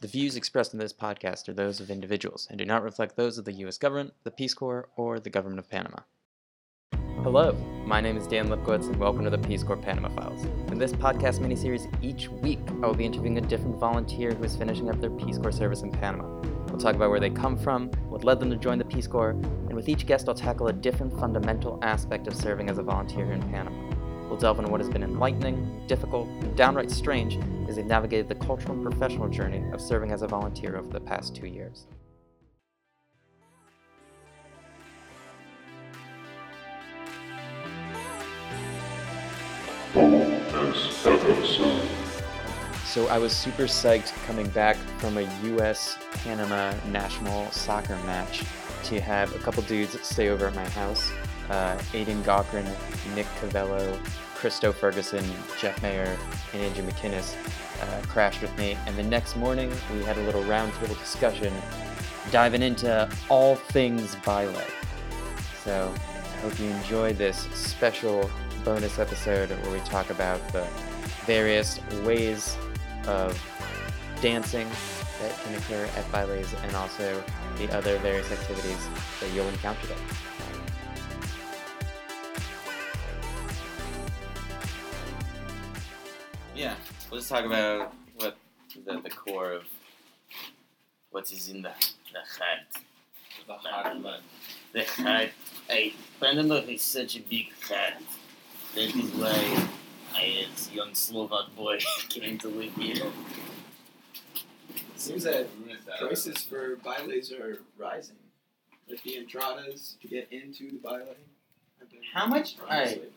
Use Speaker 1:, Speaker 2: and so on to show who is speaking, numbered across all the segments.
Speaker 1: The views expressed in this podcast are those of individuals and do not reflect those of the U.S. government, the Peace Corps, or the government of Panama. Hello, my name is Dan Lipkowitz, and welcome to the Peace Corps Panama Files. In this podcast miniseries, each week I will be interviewing a different volunteer who is finishing up their Peace Corps service in Panama. We'll talk about where they come from, what led them to join the Peace Corps, and with each guest I'll tackle a different fundamental aspect of serving as a volunteer here in Panama. We'll delve into what has been enlightening, difficult, and downright strange as they've navigated the cultural and professional journey of serving as a volunteer over the past two years.
Speaker 2: bonus episode.
Speaker 1: So I was super psyched coming back from a US Panama national soccer match to have a couple dudes stay over at my house. Uh, Aiden Gawkran, Nick Cavello, Christo Ferguson, Jeff Mayer, and Andrew McKinnis uh, crashed with me. And the next morning, we had a little roundtable discussion diving into all things Bylay. So I hope you enjoy this special bonus episode where we talk about the various ways of dancing that can occur at bailes and also the other various activities that you'll encounter there.
Speaker 3: Yeah, we'll just talk about what the, the core of what is in the the heart. The heart, man. The heart. I Panama is such a big heart. That is why I, as a young Slovak boy, came to live here.
Speaker 4: Seems that prices for bylays are rising. Like the Andradas to get into the bylay. I've been
Speaker 3: How much? All
Speaker 4: surprised
Speaker 3: right.
Speaker 4: lately.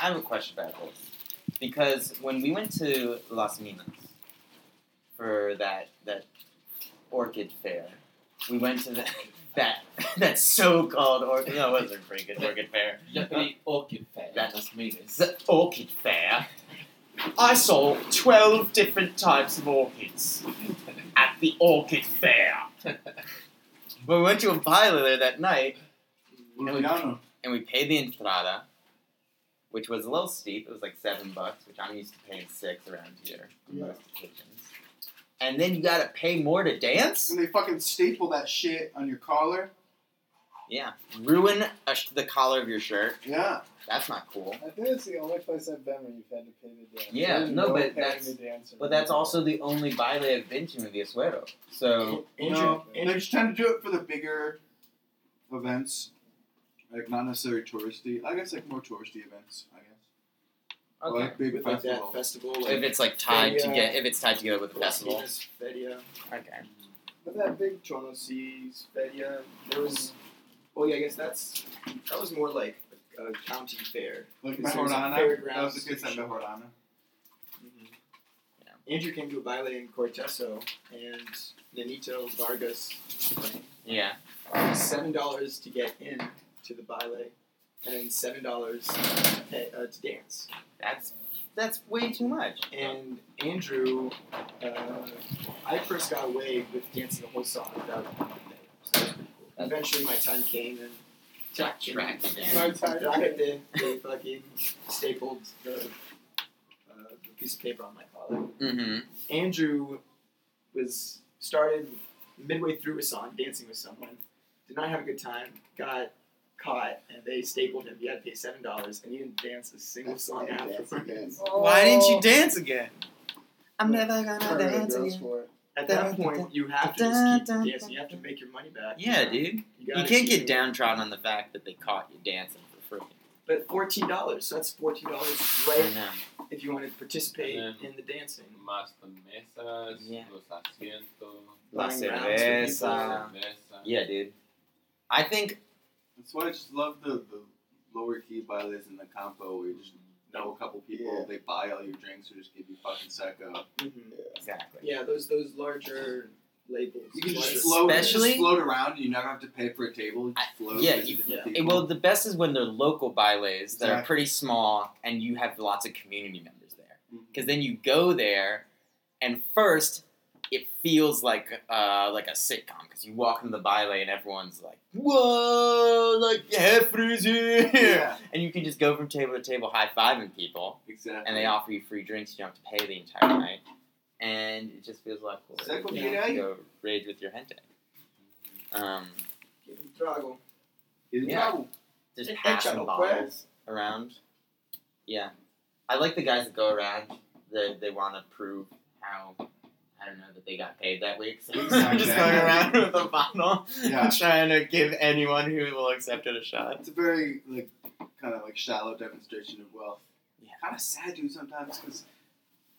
Speaker 3: I have a question about this because when we went to Las Minas for that that orchid fair, we went to that that that so-called orchid. No, it wasn't a pretty good orchid fair.
Speaker 5: Japanese orchid fair.
Speaker 3: That-
Speaker 5: That's meanest.
Speaker 3: The orchid fair. I saw twelve different types of orchids at the orchid fair. we went to a pilot there that night,
Speaker 5: Urbano.
Speaker 3: and we paid the entrada, which was a little steep. It was like seven bucks, which I'm used to paying six around here on
Speaker 6: Yeah.
Speaker 3: most occasions. And then you gotta pay more to dance?
Speaker 6: And they fucking staple that shit on your collar.
Speaker 3: Yeah. Ruin a sh- the collar of your shirt.
Speaker 6: Yeah.
Speaker 3: That's not cool.
Speaker 7: I think it's the only place I've been where you've had to pay the dance.
Speaker 3: Yeah,
Speaker 7: There's
Speaker 3: no,
Speaker 7: paying
Speaker 3: but that's-
Speaker 7: the dancer.
Speaker 3: But that's also the only baile I've been to in the Asuero.
Speaker 5: Oh,
Speaker 3: So,
Speaker 6: You know, they just tend to do it for the bigger events. Like, not necessarily touristy. I guess, like, more touristy events, I guess. Or,
Speaker 3: okay.
Speaker 6: Like, big
Speaker 4: With like
Speaker 6: festival.
Speaker 4: that festival.
Speaker 3: If
Speaker 4: Like
Speaker 3: it's like tied
Speaker 7: Yeah.
Speaker 3: to get, if it's tied together with a
Speaker 4: Las
Speaker 3: festival.
Speaker 4: Minas Feria.
Speaker 3: Okay.
Speaker 4: But that big Chonosis Feria, there was. Oh yeah, I guess that's that was more like a, a county fair.
Speaker 6: like,
Speaker 4: Because there's
Speaker 6: Mejorana.
Speaker 4: fairgrounds
Speaker 6: That was the case at
Speaker 4: and shit.
Speaker 6: Mejorana.
Speaker 5: Mm-hmm.
Speaker 4: Andrew came to a baile in Cortezo, and Nanito Vargas sang.
Speaker 3: Yeah.
Speaker 4: seven dollars to get in to the baile, and then seven dollars to, pay- uh, to dance.
Speaker 3: That's that's way too much.
Speaker 4: And Andrew, uh, I first got away with dancing the whole song without so that was pretty cool. Eventually, my time came and Jack came.
Speaker 3: Track dance.
Speaker 4: My time Jack did. They fucking stapled the, uh, the piece of paper on my collar.
Speaker 3: Mm-hmm.
Speaker 4: Andrew was started midway through a song dancing with someone, did not have a good time, got caught, and they stapled him. He had to pay seven dollars, and he didn't dance a single song
Speaker 6: Yeah, that's the
Speaker 4: afterwards.
Speaker 6: case.
Speaker 3: Why didn't you dance again?
Speaker 4: I'm
Speaker 3: never
Speaker 7: Turn the girls for it.
Speaker 4: At that point, you have to just keep dancing. You have to make your money back.
Speaker 3: Yeah, dude.
Speaker 4: You,
Speaker 3: You
Speaker 4: gotta
Speaker 3: can't
Speaker 4: keep-
Speaker 3: get downtrodden on the fact that they caught you dancing for free.
Speaker 4: But fourteen dollars. So that's fourteen dollars
Speaker 3: I
Speaker 4: right
Speaker 3: know.
Speaker 4: if you want to participate
Speaker 5: And then-
Speaker 4: in the dancing.
Speaker 5: Más las mesas,
Speaker 3: Yeah.
Speaker 5: los asientos,
Speaker 3: La
Speaker 4: Buying rounds for people.
Speaker 3: cerveza.
Speaker 5: cerveza.
Speaker 3: Yeah, dude. I think
Speaker 6: That's why I just love the, the lower key bailes in the campo where you just know a couple people,
Speaker 7: Yeah.
Speaker 6: they buy all your drinks or just give you fucking seco.
Speaker 4: Mhm.
Speaker 3: exactly.
Speaker 4: Yeah, those those larger labels.
Speaker 6: You can
Speaker 4: Like-
Speaker 6: just float, you
Speaker 3: Especially-
Speaker 6: just float around and you never have to pay for a table. You just
Speaker 3: I-
Speaker 6: float
Speaker 3: yeah,
Speaker 6: with
Speaker 3: you-
Speaker 6: different
Speaker 4: yeah.
Speaker 3: Eh,
Speaker 6: people.
Speaker 3: well, the best is when they're local bailes that are
Speaker 6: Exactly.
Speaker 3: pretty small, and you have lots of community members there. Because then you go there, and first it feels like uh, like a sitcom. Because you walk into the baile and everyone's like, "Whoa!" Like Jeffrey's here,
Speaker 6: yeah,
Speaker 3: and you can just go from table to table, high fiving people,
Speaker 6: exactly.
Speaker 3: and they offer you free drinks. You don't have to pay the entire night.
Speaker 1: and it just feels a lot cooler.
Speaker 6: Second
Speaker 1: you know,
Speaker 6: day.
Speaker 1: to go rage with your hentai. Um,
Speaker 4: Give him trago.
Speaker 6: Is
Speaker 1: Yeah.
Speaker 6: Raoul.
Speaker 3: There's
Speaker 4: Hey,
Speaker 3: half
Speaker 4: Channel
Speaker 3: bottles around. Yeah, I like the guys that go around. That they want to prove how I don't know that they got paid that week. So they're just going around with a bottle,
Speaker 6: Yeah.
Speaker 3: trying to give anyone who will accept it a shot.
Speaker 6: It's a very like kind of like shallow demonstration of wealth.
Speaker 3: Yeah.
Speaker 6: Kind of sad, dude. Sometimes because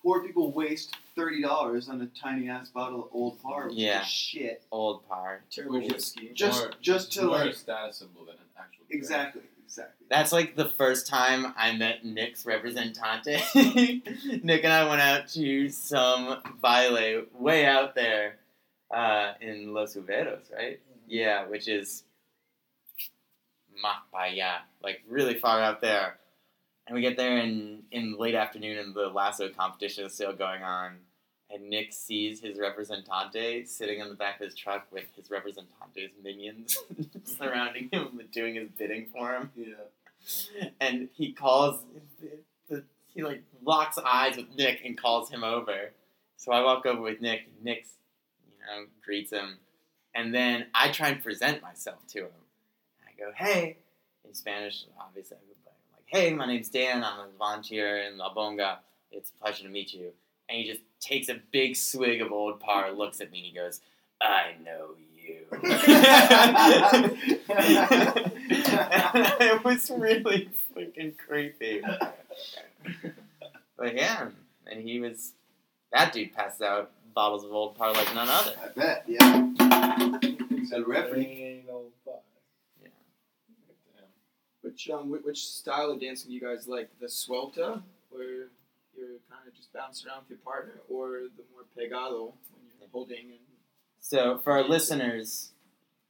Speaker 6: poor people waste thirty dollars on a tiny ass bottle of Old Par, which
Speaker 3: Yeah.
Speaker 6: is shit.
Speaker 3: Old par.
Speaker 4: Terrible
Speaker 5: Which is-
Speaker 4: whiskey.
Speaker 6: Just
Speaker 5: More-
Speaker 6: just to
Speaker 5: more
Speaker 6: like
Speaker 5: a status symbol than an actual. drink.
Speaker 6: exactly exactly.
Speaker 3: That's like the first time I met Nick's representante. Nick and I went out to some baile way out there uh, in Los Uberos, right? Yeah, which is Macpaya, like really far out there. And we get there in, in late afternoon and the lasso competition is still going on. And Nick sees his representante sitting on the back of his truck with his representante's minions surrounding him, doing his bidding for him
Speaker 6: Yeah.
Speaker 3: and he calls he like locks eyes with Nick and calls him over. So I walk over with Nick. Nick, you know, greets him, and then I try and present myself to him. I go, "Hey," in Spanish, obviously. I would, but I'm like, "Hey, my name's Dan. I'm a volunteer in La Bonga. It's a pleasure to meet you." And he just takes a big swig of old par, looks at me, and he goes, "I know you." it was really freaking creepy. But yeah, and he was that dude passed out bottles of old par like none other.
Speaker 6: I bet. Yeah. El referee.
Speaker 7: Anal bar.
Speaker 4: Which um, whi- which style of dancing do you guys like? The suelta, where you're kind of just bouncing around with your partner, or the more pegado when you're holding and
Speaker 3: So for our listeners,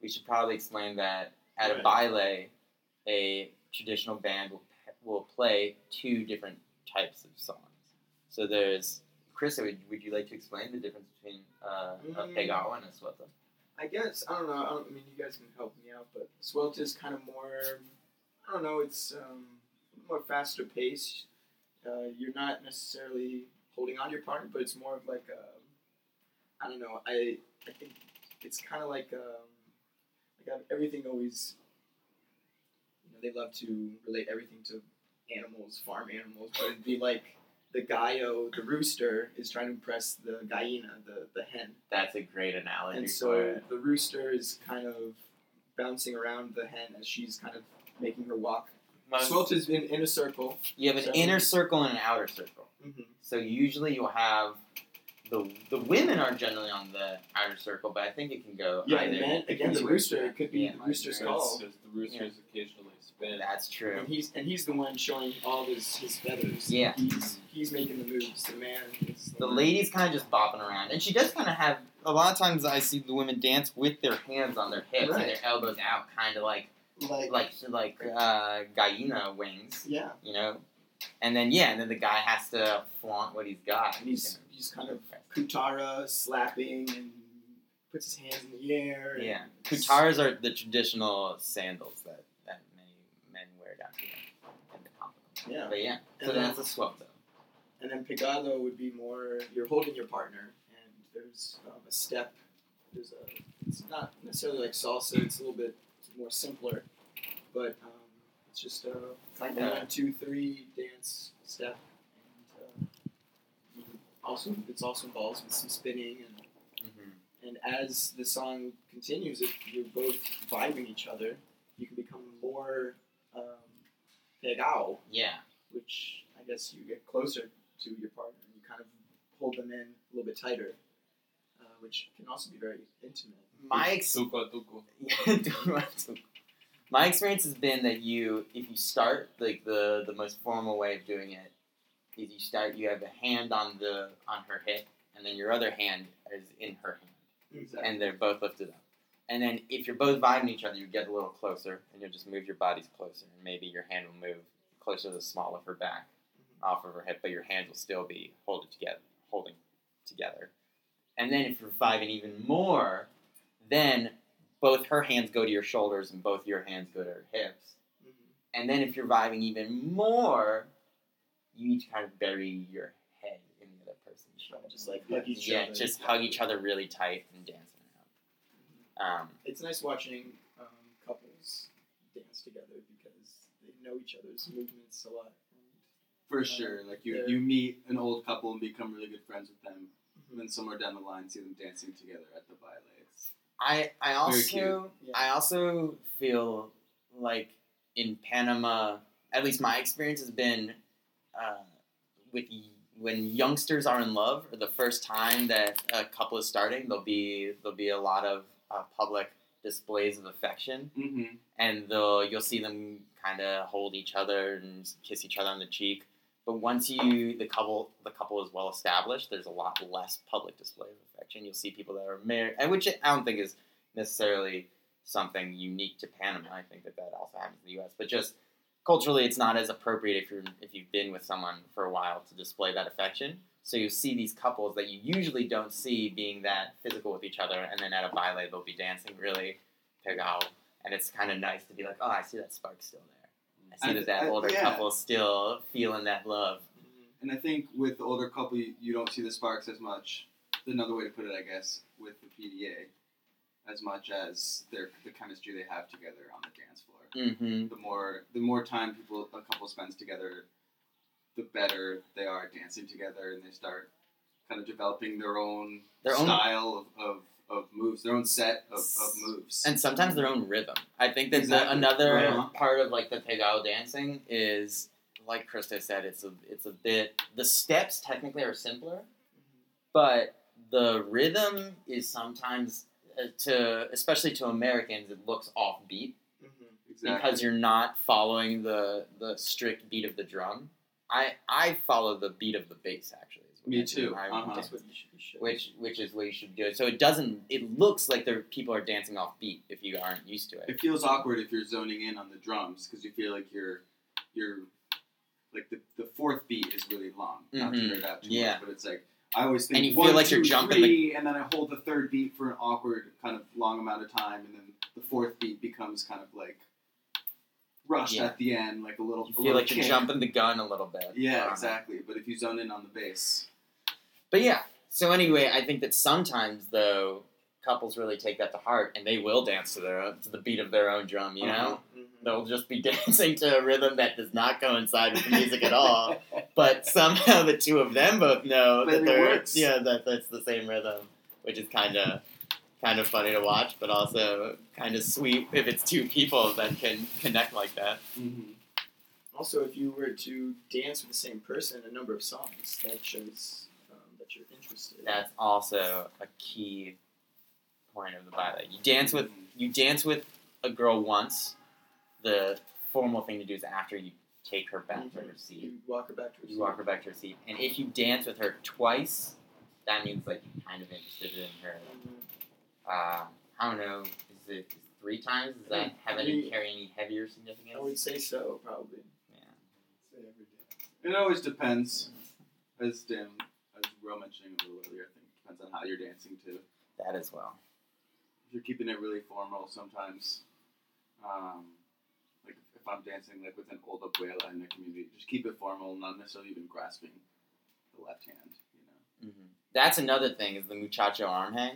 Speaker 3: we should probably explain that at a baile, a traditional band will, will play two different types of songs. So there's Chris. Would, would you like to explain the difference between uh, a
Speaker 4: Mm.
Speaker 3: pegao and a suelta?
Speaker 4: I guess I don't know. I, don't, I mean, you guys can help me out, but Swelta is kind of more. I don't know. It's um, more faster paced. Uh, you're not necessarily holding on to your partner, but it's more of like a. I don't know. I I think it's kind of like um, like I've, everything always. You know, they love to relate everything to animals, farm animals, but it'd be like the gallo, the rooster, is trying to impress the gallina, the the hen.
Speaker 3: That's a great analogy
Speaker 4: And
Speaker 3: for
Speaker 4: so
Speaker 3: it.
Speaker 4: the rooster is kind of bouncing around the hen as she's kind of making her walk. Swilt has been in a circle.
Speaker 3: You have an
Speaker 4: So-
Speaker 3: inner circle and an outer circle.
Speaker 4: Mm-hmm.
Speaker 3: So usually you'll have the the women are generally on the outer circle, but I think it can go
Speaker 4: Yeah,
Speaker 3: either.
Speaker 4: and then again, the rooster it could be
Speaker 3: Yeah,
Speaker 4: the rooster's
Speaker 5: It's
Speaker 4: call,
Speaker 5: just the roosters occasionally spin.
Speaker 3: That's true.
Speaker 4: and he's and he's the one showing all his his feathers.
Speaker 3: Yeah.
Speaker 4: he's he's making the moves. The man. Is
Speaker 3: The lady's kind of just bopping around, and she does kind of have. A lot of times I see the women dance with their hands on their hips
Speaker 4: Right.
Speaker 3: and their elbows out, kind of like
Speaker 4: like,
Speaker 3: like like uh, gallina wings,
Speaker 4: yeah,
Speaker 3: you know. And then yeah, and then the guy has to flaunt what he's got.
Speaker 4: and he's he's kind of kutara slapping and puts his hands in the air. and-
Speaker 3: Yeah. Kutaras are the traditional sandals that, that many men wear down here in the continent.
Speaker 4: Yeah.
Speaker 3: But yeah, so
Speaker 4: And then-
Speaker 3: that's a swap though.
Speaker 4: And then pegado would be more you're holding your partner, and there's um, a step. There's a it's not necessarily like salsa. It's a little bit more simpler, but um, it's just a
Speaker 3: It's like
Speaker 4: one, two, three dance step. And, uh, also, it's also involves with some spinning, and, and as the song continues, if you're both vibing each other, you can become more um, pegao
Speaker 3: Yeah.
Speaker 4: which I guess you get closer to your partner and you kind of hold them in a little bit tighter, uh, which can also be very intimate.
Speaker 3: My ex-
Speaker 5: Tuco tuco.
Speaker 3: my experience has been that you if you start like the the most formal way of doing it is you start you have a hand on the on her hip and then your other hand is in her hand.
Speaker 6: Exactly.
Speaker 3: and they're both lifted up. And then if you're both vibing each other, you get a little closer, and you'll just move your bodies closer, and maybe your hand will move closer to the small of her back, off of her hip, but your hands will still be holding together, holding together. And then if you're vibing even more, then both her hands go to your shoulders, and both your hands go to her hips.
Speaker 4: Mhm.
Speaker 3: And then if you're vibing even more, you each kind of bury your head in the other person's
Speaker 4: relationships and shit.
Speaker 3: Just like
Speaker 4: Hug each
Speaker 3: yeah,
Speaker 4: other.
Speaker 3: just hug each other really tight and dance around. Um,
Speaker 4: It's nice watching um, couples dance together because they know each other's movements a lot.
Speaker 6: For sure. Like you,
Speaker 4: Yeah.
Speaker 6: you meet an old couple and become really good friends with them. And then somewhere down the line, see them dancing together at the violets.
Speaker 3: I I
Speaker 6: Very
Speaker 3: also
Speaker 7: cute.
Speaker 3: I also feel like in Panama, at least my experience has been uh, with y- when youngsters are in love or the first time that a couple is starting, there'll be there'll be a lot of uh, public displays of affection,
Speaker 6: Mm-hmm.
Speaker 3: and they'll you'll see them kind of hold each other and kiss each other on the cheek. But once you the couple the couple is well established, there's a lot less public display of affection. You'll see people that are married, and which I don't think is necessarily something unique to Panama. I think that that also happens in the U.S. But just culturally, it's not as appropriate if you're if you've been with someone for a while to display that affection. So you see these couples that you usually don't see being that physical with each other, and then at a baile they'll be dancing really pegao, and it's kind of nice to be like, oh, I see that spark still there. I see
Speaker 6: I-
Speaker 3: that that
Speaker 6: I-
Speaker 3: older
Speaker 6: yeah.
Speaker 3: couple still feeling that love.
Speaker 6: And I think with the older couple, you, you don't see the sparks as much. Another way to put it, I guess, with the PDA, as much as their the chemistry they have together on the dance floor.
Speaker 3: Mm-hmm.
Speaker 6: the more the more time people a couple spends together, the better they are at dancing together, and they start kind of developing their own
Speaker 3: Their own-
Speaker 6: style of, of, of moves, their own set of, of moves.
Speaker 3: and sometimes their own rhythm. I think that the,
Speaker 6: Exactly.
Speaker 3: another
Speaker 6: Uh-huh.
Speaker 3: part of like the pegao dancing is, like Krista said, it's a it's a bit the steps technically are simpler, but the rhythm is sometimes uh, to especially to Americans it looks offbeat
Speaker 4: Mm-hmm.
Speaker 6: exactly.
Speaker 3: because you're not following the the strict beat of the drum. I I follow the beat of the bass actually. is what
Speaker 6: Me
Speaker 3: I do.
Speaker 6: too.
Speaker 3: I
Speaker 6: Uh-huh.
Speaker 3: dance
Speaker 4: That's what you should be showing.
Speaker 3: which which is what you should do. So it doesn't. It looks like there people are dancing off beat if you aren't used to it.
Speaker 6: it feels awkward if you're zoning in on the drums because you feel like you're you're like the, the fourth beat is really long. Not to
Speaker 3: Mhm.
Speaker 6: nerd out too
Speaker 3: Yeah.
Speaker 6: much, but it's like I always think
Speaker 3: And you feel
Speaker 6: one,
Speaker 3: like you're
Speaker 6: two,
Speaker 3: jumping the-
Speaker 6: three, and then I hold the third beat for an awkward kind of long amount of time, and then the fourth beat becomes kind of like rushed
Speaker 3: Yeah.
Speaker 6: at the end, like a little.
Speaker 3: You
Speaker 6: a
Speaker 3: feel
Speaker 6: little
Speaker 3: like you're
Speaker 6: kick.
Speaker 3: jumping the gun a little bit.
Speaker 6: Yeah,
Speaker 3: Um,
Speaker 6: exactly. But if you zone in on the bass,
Speaker 3: But yeah. So anyway, I think that sometimes though couples really take that to heart and they will dance to their own, to the beat of their own drum. You
Speaker 6: Uh-huh.
Speaker 3: know,
Speaker 4: Mhm.
Speaker 3: they'll just be dancing to a rhythm that does not coincide with the music at all. But somehow the two of them both know
Speaker 6: But
Speaker 3: that
Speaker 6: it
Speaker 3: they're
Speaker 6: works.
Speaker 3: yeah that that's the same rhythm, which is kind of kind of funny to watch, but also kind of sweet if it's two people that can connect like that.
Speaker 6: Mhm.
Speaker 4: Also, if you were to dance with the same person a number of songs, that shows um, that you're interested.
Speaker 3: That's also a key point of the ballet. You dance with you dance with a girl once. The formal thing to do is after you take her back to her seat.
Speaker 4: You walk her back to her
Speaker 3: You walk her back to her seat, and if you dance with her twice, that means like you're kind of interested in her. Uh, I don't know, is it is three times? Does that have any carry any heavier significance?
Speaker 4: Mm, I would say so, probably.
Speaker 7: Say every day.
Speaker 6: it always depends. As Dan, as we were mentioning a little earlier, I think it depends on how you're dancing too.
Speaker 3: That as well.
Speaker 6: if you're keeping it really formal sometimes um, like if i'm dancing like with an old abuela in the community just keep it formal not necessarily even grasping the left hand you
Speaker 3: hmm That's another thing is the muchacho arm hang.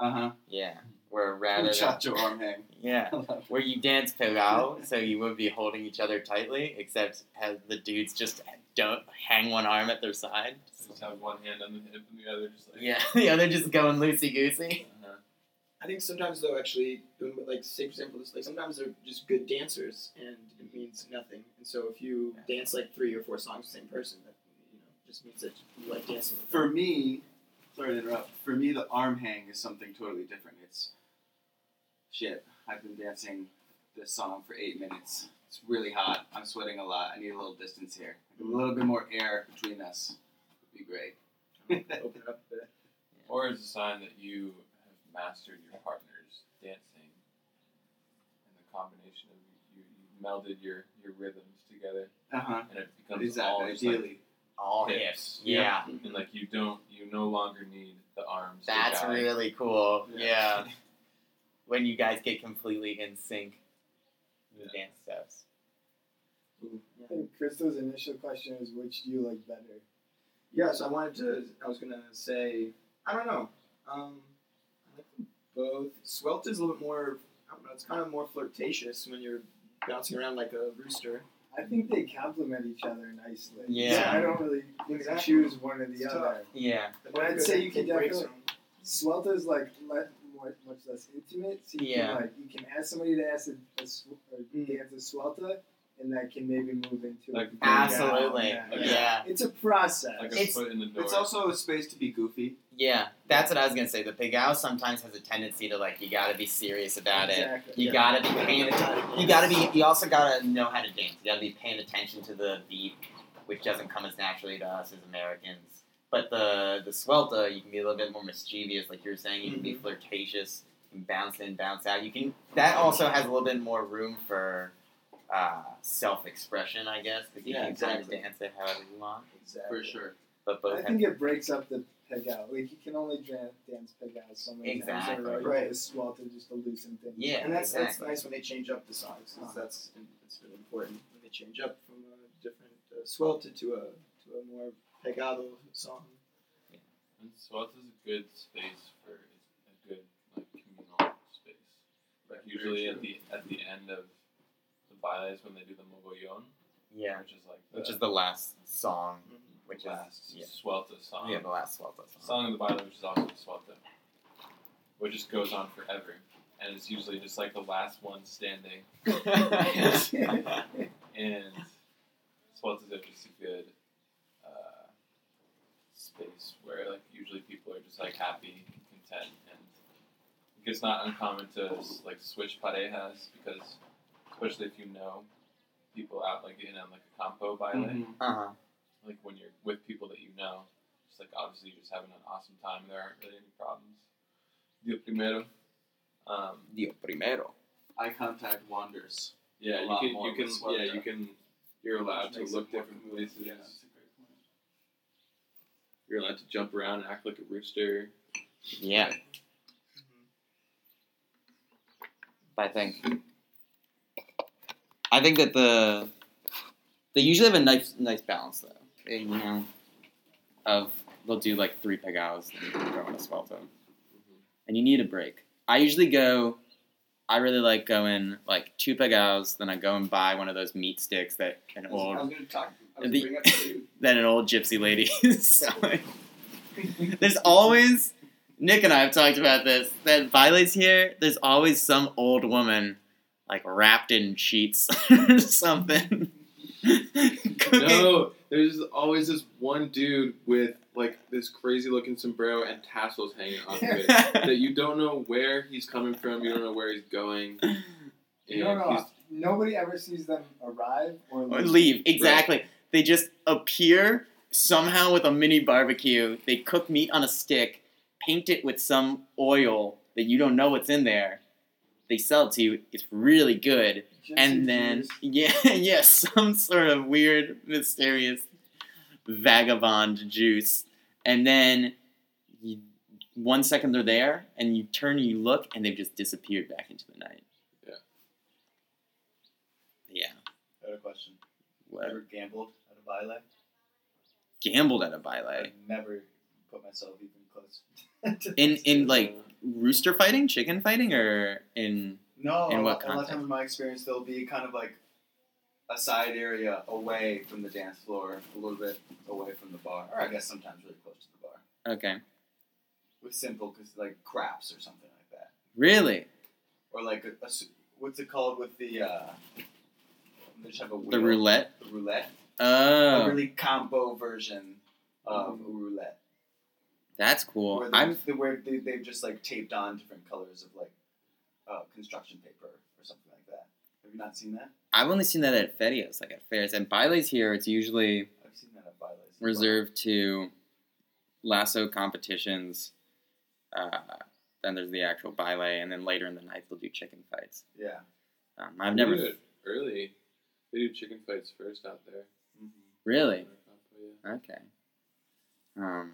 Speaker 6: know uh-huh
Speaker 3: Yeah, where rather than,
Speaker 6: muchacho arm hang
Speaker 3: yeah, where you dance pegao, so you would be holding each other tightly, except as the dudes just don't hang one arm at their side.
Speaker 5: I just have one hand on the hip and the other just like.
Speaker 3: Yeah, the other just going loosey goosey.
Speaker 5: Uh-huh.
Speaker 4: I think sometimes though, actually, doing what, like say for example, this, like sometimes they're just good dancers and it means nothing. And so if you dance like three or four songs with the same person, that you know just means that you like dancing with
Speaker 6: for
Speaker 4: them.
Speaker 6: me sorry to interrupt for me the arm hang is something totally different it's shit i've been dancing this song for eight minutes it's really hot i'm sweating a lot i need a little distance here a little bit more air between us would be great
Speaker 4: Open it up a bit.
Speaker 5: Or it's a sign that you have mastered your partner's dancing, and the combination of you, you melded your, your rhythms together,
Speaker 6: uh-huh
Speaker 5: and it becomes all
Speaker 6: Exactly.
Speaker 5: just like
Speaker 6: Ideally,
Speaker 3: All
Speaker 5: hips.
Speaker 3: hips. Yeah.
Speaker 7: Mm-hmm.
Speaker 5: and like you don't you no longer need the arms.
Speaker 3: That's
Speaker 5: to guide.
Speaker 3: really cool. Yeah.
Speaker 5: Yeah.
Speaker 3: When you guys get completely in sync with the
Speaker 5: Yeah.
Speaker 3: dance steps.
Speaker 4: Ooh, yeah.
Speaker 7: I think Crystal's initial question is, which do you like better?
Speaker 4: Yeah, so I wanted to. I was gonna say. I don't know. Um, I like them both. Swelt is a little bit more. I don't know. It's kind of more flirtatious when you're bouncing around like a rooster.
Speaker 7: I think they complement each other nicely.
Speaker 3: Yeah.
Speaker 7: So I don't really think
Speaker 4: Exactly.
Speaker 7: choose one or the
Speaker 4: It's
Speaker 7: other.
Speaker 3: Yeah.
Speaker 7: But I'd say you can
Speaker 4: Breaks
Speaker 7: definitely-
Speaker 4: them.
Speaker 7: Swelta is like le- more, much less intimate, so you
Speaker 3: Yeah.
Speaker 7: can like you can ask somebody to ask a, a sw- or
Speaker 4: Mm.
Speaker 7: dance a swelta, and that can maybe move into
Speaker 5: Like,
Speaker 7: a
Speaker 3: Absolutely.
Speaker 7: Yeah,
Speaker 5: Like
Speaker 3: Yeah.
Speaker 5: a-
Speaker 3: yeah.
Speaker 7: It's a process.
Speaker 5: Like a
Speaker 3: It's-
Speaker 5: foot in the door.
Speaker 6: It's also a space to be goofy.
Speaker 3: That's what I was gonna say. The big owl sometimes has a tendency to like you gotta be serious about it.
Speaker 7: exactly.
Speaker 3: You
Speaker 7: yeah.
Speaker 3: gotta be paying attention. You gotta be. You also gotta know how to dance. You gotta be paying attention to the beat, which doesn't come as naturally to us as Americans. But the the swelta, you can be a little bit more mischievous, like you were saying. You can be flirtatious. You can bounce in, bounce out. You can. That also has a little bit more room for uh, self expression, I guess, because you
Speaker 4: Yeah,
Speaker 3: can
Speaker 4: exactly.
Speaker 3: kind of dance it however you want.
Speaker 4: Exactly.
Speaker 6: For sure.
Speaker 3: But both
Speaker 7: I
Speaker 3: have
Speaker 7: think it breaks up the peg out. Like you can only dra- dance peg out so many times in a row.
Speaker 4: Exactly. Right.
Speaker 7: The swelta just to loosen things.
Speaker 3: Yeah,
Speaker 7: up.
Speaker 4: and that's
Speaker 3: exactly.
Speaker 4: that's nice when they change up the songs. 'cause that's that's really important when they change up from a different uh, swelta to a to a more pegado song.
Speaker 5: And Swells is a good space for a good like communal space. Like usually at the at the end of the bailes when they do the mogollon,
Speaker 3: yeah,
Speaker 5: which is like the
Speaker 3: which is the last song, which
Speaker 5: Uh, last
Speaker 3: is yeah,
Speaker 5: Swelta song.
Speaker 3: yeah, the last Swelta song.
Speaker 5: Song of the Bible, which is also Swelta, which just goes on forever. And it's usually just like the last one standing. And Swelta is just a good uh, space where like usually people are just like happy and content. And it's not uncommon to like switch parejas because, especially if you know people out like in on like a campo baile,
Speaker 6: Mm-hmm.
Speaker 3: uh-huh.
Speaker 5: like when you're with people that you know, just like obviously you're just having an awesome time. There aren't really any problems. Dio primero. Um,
Speaker 3: Dio primero.
Speaker 6: Eye contact wanders.
Speaker 5: yeah,
Speaker 6: A
Speaker 5: you
Speaker 6: lot
Speaker 5: can,
Speaker 6: more
Speaker 5: you can,
Speaker 6: with Swerve
Speaker 5: yeah, you
Speaker 6: there.
Speaker 5: can. You're allowed
Speaker 6: Which
Speaker 5: to
Speaker 6: makes
Speaker 5: look
Speaker 6: it more
Speaker 5: different
Speaker 6: familiar.
Speaker 5: places.
Speaker 6: Yeah, that's a great point.
Speaker 5: You're allowed to jump around and act like a rooster.
Speaker 1: Yeah.
Speaker 3: But I think I think that the they usually have a nice nice balance though. They, You know, of they'll do like three pegaos and then throw in a Swelta. and you need a break. I usually go. I really like going like two pegaos, then I go and buy one of those meat sticks that an
Speaker 6: I was
Speaker 3: old
Speaker 6: going to talk. I was
Speaker 3: The-
Speaker 6: bringing up to you.
Speaker 3: that an old gypsy lady is selling. There's always Nick and I have talked about this. That Violet's here. There's always some old woman like wrapped in sheets or something. Cooking.
Speaker 5: No, there's always this one dude with like this crazy looking sombrero and tassels hanging off of it that you don't know where he's coming from. You don't know where he's going. And
Speaker 7: You don't know.
Speaker 5: he's
Speaker 7: Nobody ever sees them arrive or
Speaker 3: Or
Speaker 7: leave.
Speaker 3: leave. Exactly. They just appear somehow with a mini barbecue. They cook meat on a stick, paint it with some oil that you don't know what's in there. They sell it to you. It's really good.
Speaker 7: Gypsy
Speaker 3: and then
Speaker 7: Jews.
Speaker 3: yeah, yeah, some sort of weird, mysterious vagabond juice, and then you, one second they're there, and you turn and you look, and they've just disappeared back into the night.
Speaker 5: Yeah.
Speaker 3: Yeah.
Speaker 8: I have a question.
Speaker 3: What?
Speaker 8: Ever gambled at a baile?
Speaker 3: Gambled at a baile.
Speaker 8: I've never put myself even close. to
Speaker 3: In
Speaker 8: this.
Speaker 3: in like rooster fighting, chicken fighting, or in
Speaker 8: no,
Speaker 3: in
Speaker 8: a lot- a
Speaker 3: what
Speaker 8: lot of
Speaker 3: context?
Speaker 8: times in my experience, there'll be kind of like
Speaker 6: a side area away from the dance floor, a little bit away from the bar, or I guess sometimes really close to the bar.
Speaker 3: okay,
Speaker 6: With simple, cause like craps or something like that,
Speaker 3: really
Speaker 6: or like a, a s- what's it called with the uh, they just have a wheel,
Speaker 3: the roulette.
Speaker 6: the roulette, a
Speaker 3: Oh,
Speaker 6: really combo version of a roulette.
Speaker 3: that's cool.
Speaker 6: where they,
Speaker 3: I'm
Speaker 6: the, where they, they've just like taped on different colors of like uh, construction paper or something like that. Have you not seen that?
Speaker 3: I've only seen that at ferias, like at fairs. And bailes here, it's usually
Speaker 6: I've seen that at Vilas.
Speaker 3: reserved to lasso competitions. Uh, then there's the actual baile, and then later in the night they'll do chicken fights.
Speaker 6: Yeah.
Speaker 3: Um, I've never
Speaker 5: They do it early. They do chicken fights first out there.
Speaker 3: really okay. Um,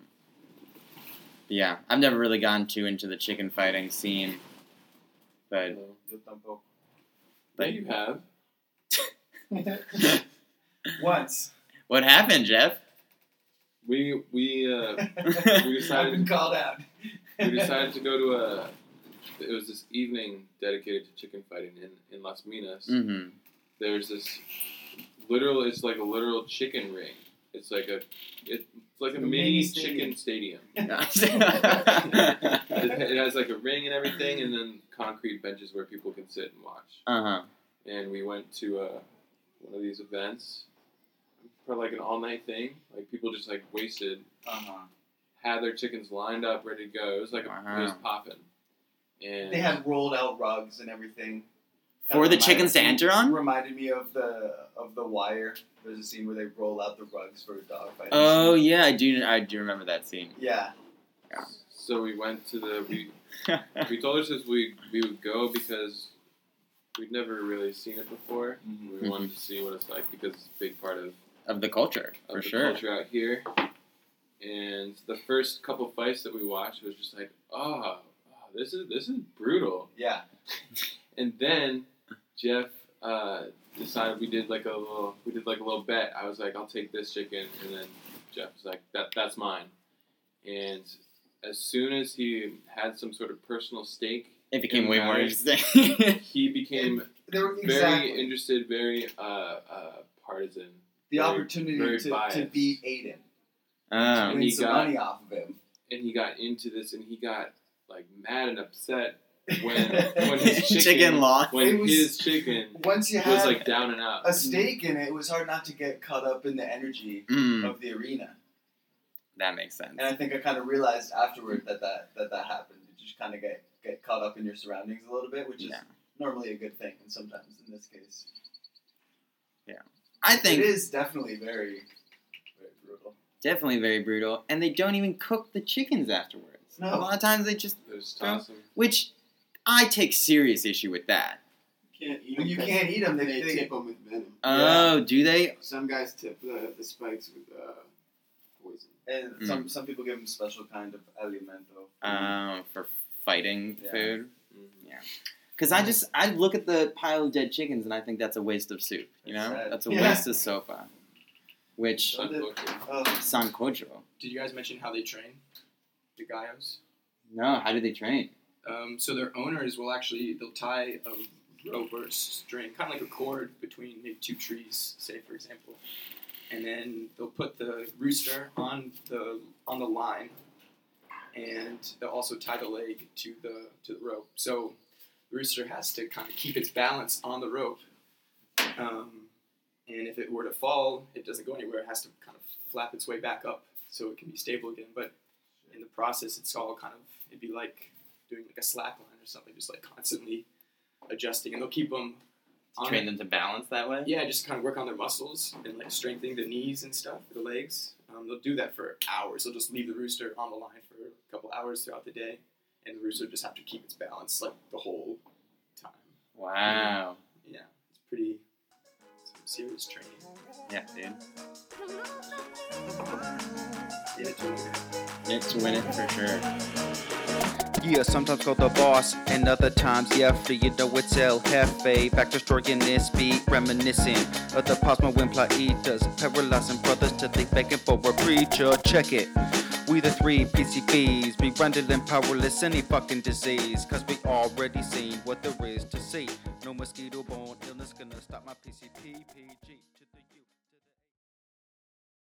Speaker 3: yeah, I've never really gotten too into the chicken fighting scene,
Speaker 5: Yeah.
Speaker 3: but
Speaker 6: Yo tampoco.
Speaker 5: Yeah, you have.
Speaker 8: once.
Speaker 6: Mm-hmm.
Speaker 3: what happened, Jeff?
Speaker 5: We we uh,
Speaker 3: Mm-hmm.
Speaker 5: we
Speaker 6: I've been
Speaker 5: decided
Speaker 6: called out.
Speaker 5: we decided to go to a. It was this evening dedicated to chicken fighting in in Las Minas.
Speaker 3: Mm-hmm.
Speaker 5: There's this literal. It's like a literal chicken ring. It's like a. It's like a
Speaker 9: Like a
Speaker 5: mini,
Speaker 9: mini
Speaker 5: chicken stadium.
Speaker 3: uh
Speaker 5: It, it has like a ring and everything, and then concrete benches where people can sit and watch.
Speaker 3: huh.
Speaker 5: and we went to uh, one of these events for like an all night thing. Like people just like wasted,
Speaker 6: Uh-huh.
Speaker 5: had their chickens lined up, ready to go. It was like a, it was
Speaker 3: Wow.
Speaker 5: popping, and
Speaker 6: They had rolled out rugs and everything.
Speaker 3: For the chickens to enter on?
Speaker 6: Reminded me of the of the wire. There's a scene where they roll out the rugs for a dog fight.
Speaker 3: Oh yeah, I do. I do remember that scene.
Speaker 6: Yeah.
Speaker 5: so we went to the we we told ourselves we we would go because we'd never really seen it before. We
Speaker 3: Mm-hmm.
Speaker 5: wanted to see what it's like because it's a big part of
Speaker 3: of the culture,
Speaker 5: of
Speaker 3: for
Speaker 5: the
Speaker 3: sure.
Speaker 5: culture out here. And the first couple fights that we watched was just like, oh, oh this is this is brutal.
Speaker 6: Yeah.
Speaker 5: And then Jeff uh, decided we did like a little we did like a little bet. I was like, I'll take this chicken, and then Jeff was like, that that's mine. And as soon as he had some sort of personal stake,
Speaker 3: It became
Speaker 5: Yeah,
Speaker 3: way more
Speaker 5: right.
Speaker 3: interesting.
Speaker 5: he became
Speaker 6: They were exactly
Speaker 5: very interested, very uh, uh, partisan.
Speaker 6: the
Speaker 5: very-
Speaker 6: opportunity
Speaker 5: very
Speaker 6: to, to
Speaker 5: biased.
Speaker 6: beat Aiden.
Speaker 3: um,
Speaker 6: win
Speaker 5: he
Speaker 6: some
Speaker 5: got-
Speaker 6: money off of him.
Speaker 5: and he got into this and he got like mad and upset when when his chicken,
Speaker 3: lost.
Speaker 5: when
Speaker 6: It was-
Speaker 5: his chicken
Speaker 6: Once you
Speaker 5: was
Speaker 6: had
Speaker 5: like down and out.
Speaker 6: a stake in it, it was hard not to get caught up in the energy
Speaker 3: Mm,
Speaker 6: of the arena.
Speaker 3: that makes sense.
Speaker 6: And I think I kind of realized afterward that that, that, that happened. You just kind of get, get caught up in your surroundings a little bit, which is
Speaker 3: Yeah.
Speaker 6: normally a good thing, and sometimes in this case,
Speaker 3: I think
Speaker 6: it is definitely very, very brutal.
Speaker 3: definitely very brutal, and they don't even cook the chickens afterwards.
Speaker 6: No.
Speaker 3: A lot of times they just,
Speaker 5: There's Thompson.
Speaker 3: which I take serious issue with that.
Speaker 4: Can't eat
Speaker 6: When
Speaker 4: 'em
Speaker 6: you
Speaker 4: 'cause
Speaker 6: can't eat them, they,
Speaker 4: They
Speaker 6: they
Speaker 4: tip them with venom.
Speaker 3: Oh, do they?
Speaker 4: Some guys tip the, the spikes with uh, poison.
Speaker 6: and
Speaker 3: Mm.
Speaker 6: some some people give them special kind of alimento.
Speaker 3: Um, for fighting
Speaker 6: Yeah.
Speaker 3: food.
Speaker 5: Mhm.
Speaker 3: Mm-hmm. Because I just I look at the pile of dead chickens and I think that's a waste of soup. You
Speaker 6: That's
Speaker 3: know,
Speaker 6: sad.
Speaker 3: that's a
Speaker 6: Yeah.
Speaker 3: waste of sofa. Which
Speaker 5: Son
Speaker 4: the-
Speaker 5: Booker.
Speaker 6: Oh,
Speaker 3: sancocho?
Speaker 4: Did you guys mention how they train the gallos?
Speaker 3: No, how do they train?
Speaker 4: Um, so their owners will actually they'll tie a rope or a string, kind of like a cord, between maybe two trees, say for example, and then they'll put the rooster on the on the line, and they'll also tie the leg to the to the rope. So the rooster has to kind of keep its balance on the rope, um, and if it were to fall, it doesn't go anywhere. It has to kind of flap its way back up so it can be stable again. But in the process, it's all kind of it'd be like doing like a slack line or something, just like constantly adjusting, and they'll keep them on.
Speaker 3: Train them to balance that way.
Speaker 4: Yeah, just kind of work on their muscles and like strengthening the knees and stuff, the legs. Um, they'll do that for hours. They'll just leave the rooster on the line for a couple hours throughout the day, and the rooster just have to keep its balance like the whole time.
Speaker 3: Wow.
Speaker 4: Yeah, it's pretty some serious training.
Speaker 3: Yeah, dude.
Speaker 4: Yeah, totally.
Speaker 3: It's win it for sure.
Speaker 10: Yeah, sometimes called the boss, and other times, yeah, for you know it's El Jefe. Back to stroking this beat, reminiscing of the Posma Plaitas, paralyzing brothers till they begging for a preacher. Check it. We the three PCBs, be rendered and powerless any fucking disease, cause we already seen what there is to see. No mosquito borne illness gonna stop my PCP PG.